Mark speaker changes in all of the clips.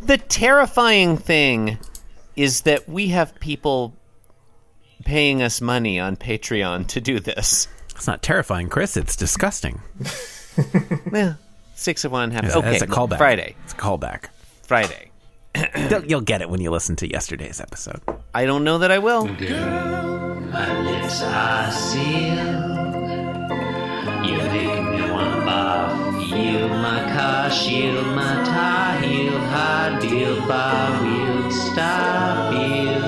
Speaker 1: the terrifying thing is that we have people paying us money on Patreon to do this.
Speaker 2: It's not terrifying, Chris. It's disgusting.
Speaker 1: Yeah, six of one half.
Speaker 2: It's,
Speaker 1: okay,
Speaker 2: it's a callback.
Speaker 1: Friday,
Speaker 2: It's a callback.
Speaker 1: Friday.
Speaker 2: You'll- You'll get it when you listen to yesterday's episode.
Speaker 1: I don't know that I will.
Speaker 3: You make me wanna barf. Yield my car, shield my tie, heel, high deal, bar wheel, stop you.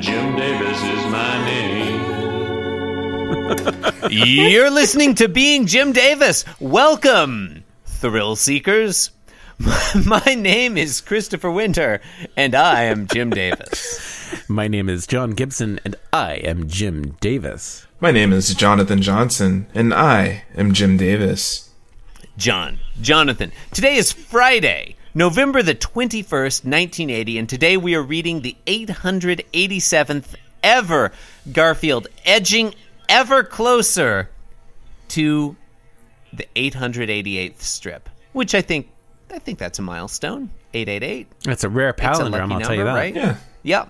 Speaker 3: Jim Davis is my name.
Speaker 1: You're listening to Being Jim Davis. Welcome, thrill seekers. My name is Christopher Winter, and I am Jim Davis.
Speaker 2: My name is John Gibson, and I am Jim Davis.
Speaker 4: My name is Jonathan Johnson, and I am Jim Davis.
Speaker 1: John, Jonathan. Today is Friday, November the 21st, 1980, and today we are reading the 887th ever Garfield, edging ever closer to the 888th strip, which I think I think that's a milestone. 888.
Speaker 2: That's a rare
Speaker 1: It's a
Speaker 2: palindrome, I'll
Speaker 1: lucky
Speaker 2: tell you
Speaker 1: number,
Speaker 2: that.
Speaker 1: Right?
Speaker 4: Yeah.
Speaker 1: Yep.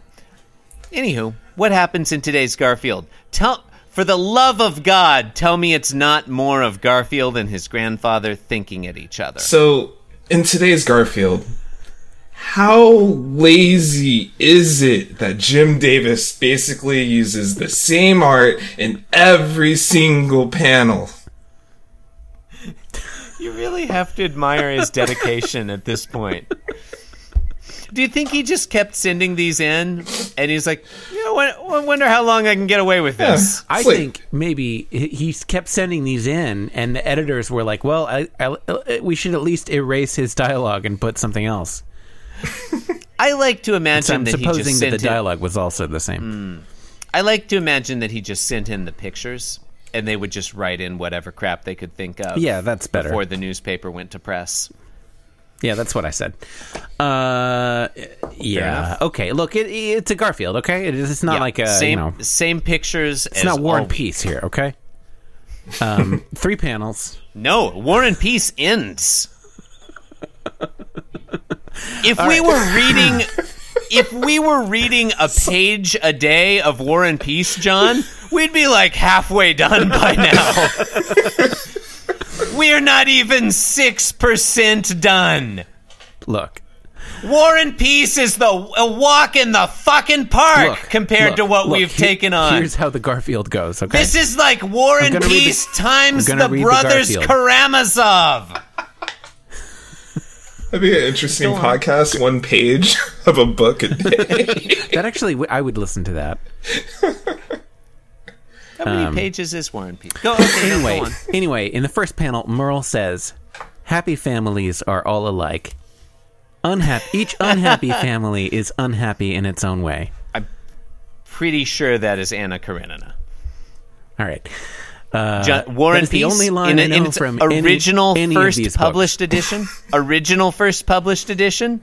Speaker 1: Anywho, what happens in today's Garfield? Tell for the love of God, tell me it's not more of Garfield and his grandfather thinking at each other.
Speaker 4: So, in today's Garfield, how lazy is it that Jim Davis basically uses the same art in every single panel?
Speaker 1: You really have to admire his dedication at this point. Do you think he just kept sending these in, and he's like, you know, I I wonder how long I can get away with this.
Speaker 2: I
Speaker 4: Wait.
Speaker 2: think maybe he he kept sending these in, and the editors were like, "Well, I, I, uh, we should at least erase his dialogue and put something else."
Speaker 1: I like to
Speaker 2: So
Speaker 1: imagine
Speaker 2: I'm
Speaker 1: that he
Speaker 2: supposing
Speaker 1: just sent
Speaker 2: that the
Speaker 1: in- Hmm.
Speaker 2: dialogue was also the same.
Speaker 1: I like to imagine that he just sent in the pictures, and they would just write in whatever crap they could think of.
Speaker 2: Yeah, that's better.
Speaker 1: before the newspaper went to press.
Speaker 2: Yeah, that's what I said. Uh, yeah.
Speaker 1: enough.
Speaker 2: Okay. Look, it, it's a Garfield. Okay, it is, it's not
Speaker 1: Yeah,
Speaker 2: like a
Speaker 1: same
Speaker 2: you know,
Speaker 1: same pictures. oh,
Speaker 2: it's not War and Peace here. Okay. Um, three panels.
Speaker 1: No, War and Peace ends. if we were reading, if we were reading a page a day of War and Peace, John, we'd be like halfway done by now. We're not even six percent done.
Speaker 2: Look,
Speaker 1: War and Peace is the a walk in the fucking park
Speaker 2: look
Speaker 1: compared
Speaker 2: look,
Speaker 1: to what
Speaker 2: look,
Speaker 1: we've
Speaker 2: here-
Speaker 1: taken on.
Speaker 2: Here's how the Garfield goes. Okay.
Speaker 1: This is like War and
Speaker 2: gonna read the-
Speaker 1: Peace times
Speaker 2: I'm gonna
Speaker 1: the
Speaker 2: read the
Speaker 1: brothers
Speaker 2: Garfield.
Speaker 1: Karamazov.
Speaker 4: That'd be an interesting podcast, one page of a book a day.
Speaker 2: that actually, w- I would listen to that.
Speaker 1: How many pages is War and Peace? Go, okay, no, go
Speaker 2: Um, Anyway,
Speaker 1: on.
Speaker 2: anyway, in the first panel, Merle says, "Happy families are all alike. Unhappy, each unhappy family is unhappy in its own way."
Speaker 1: Pretty sure that is Anna Karenina.
Speaker 2: All right.
Speaker 1: Jo- War
Speaker 2: Uh, that
Speaker 1: and
Speaker 2: is the
Speaker 1: Peace
Speaker 2: only line
Speaker 1: in,
Speaker 2: I
Speaker 1: in
Speaker 2: know
Speaker 1: its
Speaker 2: from any-
Speaker 1: original
Speaker 2: any of these
Speaker 1: first
Speaker 2: books.
Speaker 1: published edition. original first published edition.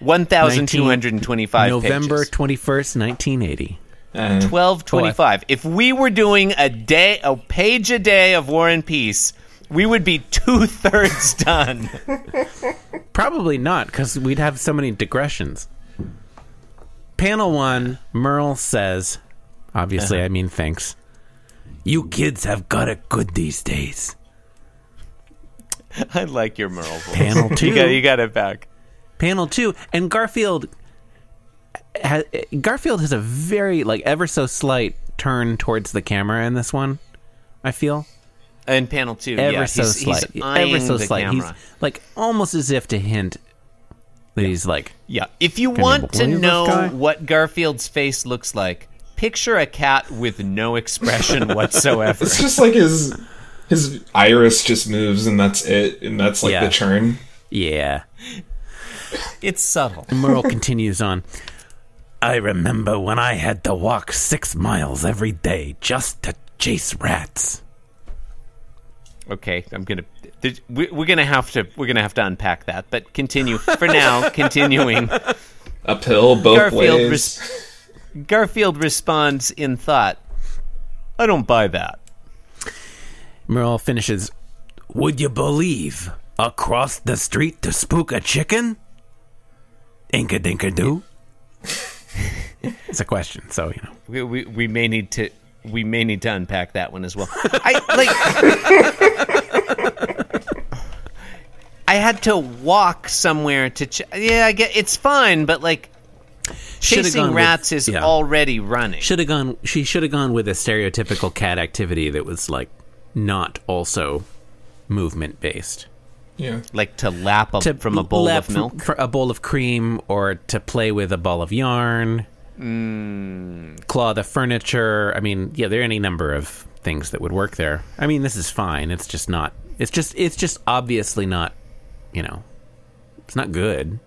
Speaker 1: One thousand two hundred and twenty-five.
Speaker 2: November
Speaker 1: pages.
Speaker 2: twenty first, nineteen eighty.
Speaker 1: twelve twenty-five. If we were doing a day, a page a day of War and Peace, we would be two thirds done.
Speaker 2: Probably not, because we'd have so many digressions. Panel one, Merle says, obviously,
Speaker 1: Uh-huh.
Speaker 2: I mean, thanks. You kids have got it good these days.
Speaker 1: I like your Merle voice.
Speaker 2: Panel two.
Speaker 1: You got, you got it back.
Speaker 2: panel two, and Garfield. Ha, Garfield has a very like ever so slight turn towards the camera in this one. I feel
Speaker 1: In panel two,
Speaker 2: ever
Speaker 1: yeah,
Speaker 2: so
Speaker 1: he's,
Speaker 2: slight,
Speaker 1: he's eyeing
Speaker 2: ever so
Speaker 1: the
Speaker 2: slight.
Speaker 1: camera.
Speaker 2: He's like almost as if to hint that he's like
Speaker 1: yeah. If you want to
Speaker 2: believe this
Speaker 1: know
Speaker 2: guy?
Speaker 1: what Garfield's face looks like, picture a cat with no expression whatsoever.
Speaker 4: It's just like his his iris just moves, and that's it, and that's like
Speaker 2: Yeah.
Speaker 4: the churn.
Speaker 2: yeah.
Speaker 1: it's subtle.
Speaker 2: Merle continues on. I remember when I had to walk six miles every day just to chase rats.
Speaker 1: Okay, I'm gonna. there- we- We're gonna have to. We're gonna have to unpack that. But continue for now. continuing.
Speaker 4: A pill both
Speaker 1: Garfield
Speaker 4: ways.
Speaker 1: res- Garfield responds in thought. I don't buy that.
Speaker 2: Merle finishes, Would you believe across the street to spook a chicken? Inka dinka doo? it's a question, so you know.
Speaker 1: We, we, we may need to we may need to unpack that one as well. I like I had to walk somewhere to ch- yeah, I get it's fine, but like
Speaker 2: Should've gone
Speaker 1: chasing
Speaker 2: with-
Speaker 1: rats is
Speaker 2: yeah.
Speaker 1: already running.
Speaker 2: Should have gone. She should have gone with a stereotypical cat activity that was like not also movement based.
Speaker 4: Yeah.
Speaker 1: like to lap a,
Speaker 2: To
Speaker 1: from a bowl
Speaker 2: lap
Speaker 1: of milk.
Speaker 2: for a bowl of cream, or to play with a ball of yarn, claw the furniture. I mean, yeah, there are any number of things that would work there. I mean, this is fine. It's just not. It's just. It's just obviously not. You know, it's not good.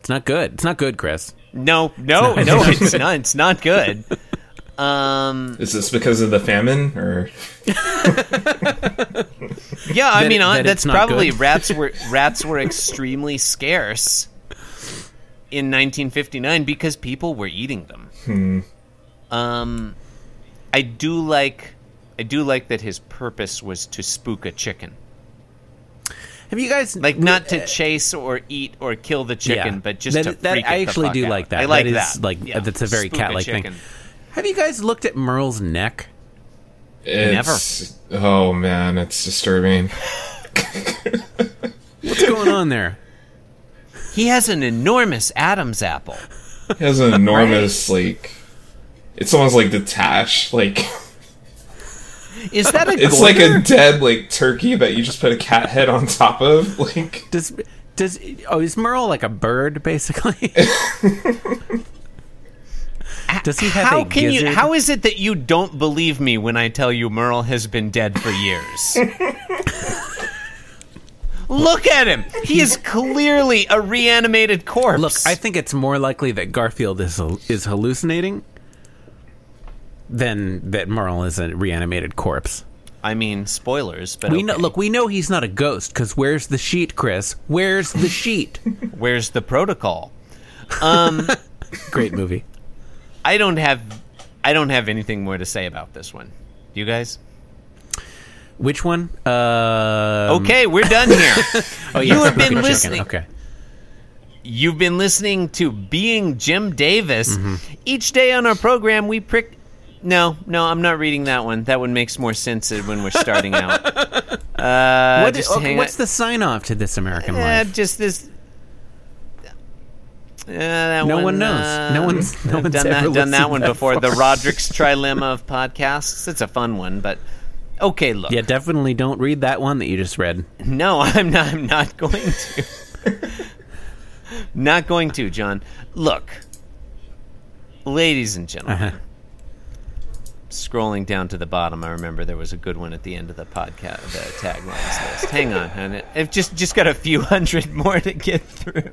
Speaker 2: It's not good. It's not good, Chris.
Speaker 1: No, no, no, it's not. It's not good. Um,
Speaker 4: Is this because of the famine or
Speaker 1: yeah, I
Speaker 2: That
Speaker 1: mean,
Speaker 2: it-
Speaker 1: hon-
Speaker 2: that
Speaker 1: that's
Speaker 2: it's not
Speaker 1: probably
Speaker 2: good.
Speaker 1: rats were rats were extremely scarce in 1959 because people were eating them.
Speaker 4: Hmm.
Speaker 1: Um, I do like, I do like that his purpose was to spook a chicken,
Speaker 2: Have you guys
Speaker 1: like not to chase or eat or kill the chicken,
Speaker 2: Uh, Yeah.
Speaker 1: but just
Speaker 2: That-
Speaker 1: to
Speaker 2: that-
Speaker 1: freak
Speaker 2: I
Speaker 1: it the
Speaker 2: actually
Speaker 1: fuck
Speaker 2: do
Speaker 1: out.
Speaker 2: like that.
Speaker 1: I like
Speaker 2: That is, like,
Speaker 1: Yeah.
Speaker 2: that's a very
Speaker 1: Spook
Speaker 2: cat-like thing.
Speaker 1: chicken.
Speaker 2: Have you guys looked at Merle's neck?
Speaker 4: it's, never? Oh man, it's disturbing.
Speaker 2: What's going on there?
Speaker 1: He has an enormous Adam's apple.
Speaker 4: He has an enormous like. It's almost like detached. Like
Speaker 1: Is that a?
Speaker 4: it's
Speaker 1: goiter?
Speaker 4: like a dead like turkey that you just put a cat head on top of. Like
Speaker 2: Does does oh is Merle like a bird basically? does he have
Speaker 1: how
Speaker 2: a
Speaker 1: can
Speaker 2: gizzard?
Speaker 1: you how is it that you don't believe me when I tell you Merle has been dead for years? Look at him. He is clearly a reanimated corpse.
Speaker 2: Look, I think it's more likely that Garfield is is hallucinating than that Merle is a reanimated corpse.
Speaker 1: I mean spoilers, but
Speaker 2: We know,
Speaker 1: okay.
Speaker 2: look, we know he's not a ghost because where's the sheet, Chris? Where's the sheet?
Speaker 1: where's the protocol?
Speaker 2: Great movie.
Speaker 1: I don't have I don't have anything more to say about this one. You guys?
Speaker 2: Which one? Uh,
Speaker 1: Okay, we're done here.
Speaker 2: oh,
Speaker 1: you have been
Speaker 2: Chicken.
Speaker 1: listening.
Speaker 2: Okay.
Speaker 1: You've been listening to Being Jim Davis.
Speaker 2: Mm-hmm.
Speaker 1: Each day on our program, we prick. No, no, I'm not reading that one. That one makes more sense when we're starting out. Uh,
Speaker 2: What
Speaker 1: just
Speaker 2: is- okay,
Speaker 1: hang
Speaker 2: what's
Speaker 1: on.
Speaker 2: the sign off to this American
Speaker 1: Uh,
Speaker 2: life?
Speaker 1: just this. Uh, that
Speaker 2: No one knows.
Speaker 1: uh,
Speaker 2: No one's- no
Speaker 1: I've
Speaker 2: one's
Speaker 1: done
Speaker 2: ever
Speaker 1: that, done that
Speaker 2: listened
Speaker 1: one
Speaker 2: that
Speaker 1: before. The
Speaker 2: far.
Speaker 1: Roderick's Trilemma of podcasts. It's a fun one, but okay. Look,
Speaker 2: yeah, definitely don't read that one that you just read.
Speaker 1: no, I'm not. I'm not going to. not going to, John. Look, ladies and gentlemen. Scrolling down to the bottom, I remember there was a good one at the end of the podcast, the taglines list. Hang on, hon. I've just just got a few hundred more to get through.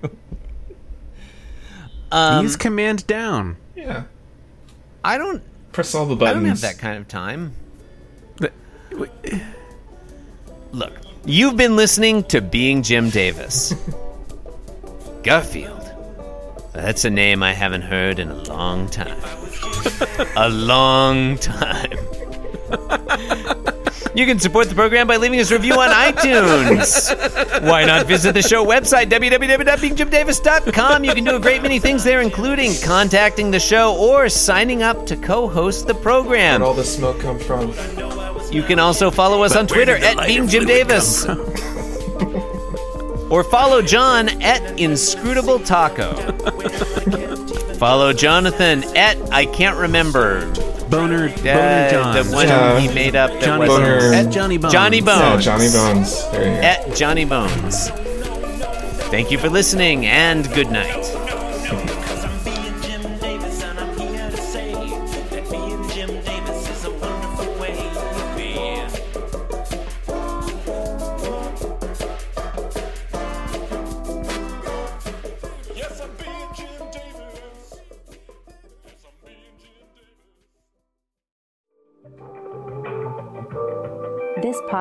Speaker 2: Use command down.
Speaker 4: yeah,
Speaker 1: I don't.
Speaker 4: press all the
Speaker 1: I
Speaker 4: buttons.
Speaker 1: don't have that kind of time.
Speaker 2: The- w-
Speaker 1: Look, you've been listening to Being Jim Davis. Garfield. That's a name I haven't heard in a long time. a long time. You can support the program by leaving us a review on iTunes. Why not visit the show website, www.beingjimdavis.com? You can do a great many things there, including contacting the show or signing up to co host the program.
Speaker 4: Where'd all the smoke come from?
Speaker 1: You can also follow us on Twitter
Speaker 2: did the
Speaker 1: at
Speaker 2: lighter
Speaker 1: Being Jim
Speaker 2: fluid
Speaker 1: Davis. or follow John at Inscrutable Taco. follow Jonathan at I can't remember.
Speaker 2: Boner,
Speaker 1: Uh,
Speaker 2: boner John.
Speaker 1: The one
Speaker 4: Yeah.
Speaker 1: he made up that
Speaker 2: Johnny
Speaker 1: wasn't-
Speaker 4: Boner.
Speaker 2: Bones. At Johnny Bones.
Speaker 1: Johnny Bones.
Speaker 4: Yeah, Johnny Bones. There you go.
Speaker 1: At Johnny Bones. Thank you for listening and good night.
Speaker 5: Cause I'm being Jim Davis and I'm here to say that being Jim Davis is a wonderful way to be. Yes, I'm being Jim Davis. Yes, I'm being Jim Davis.
Speaker 6: This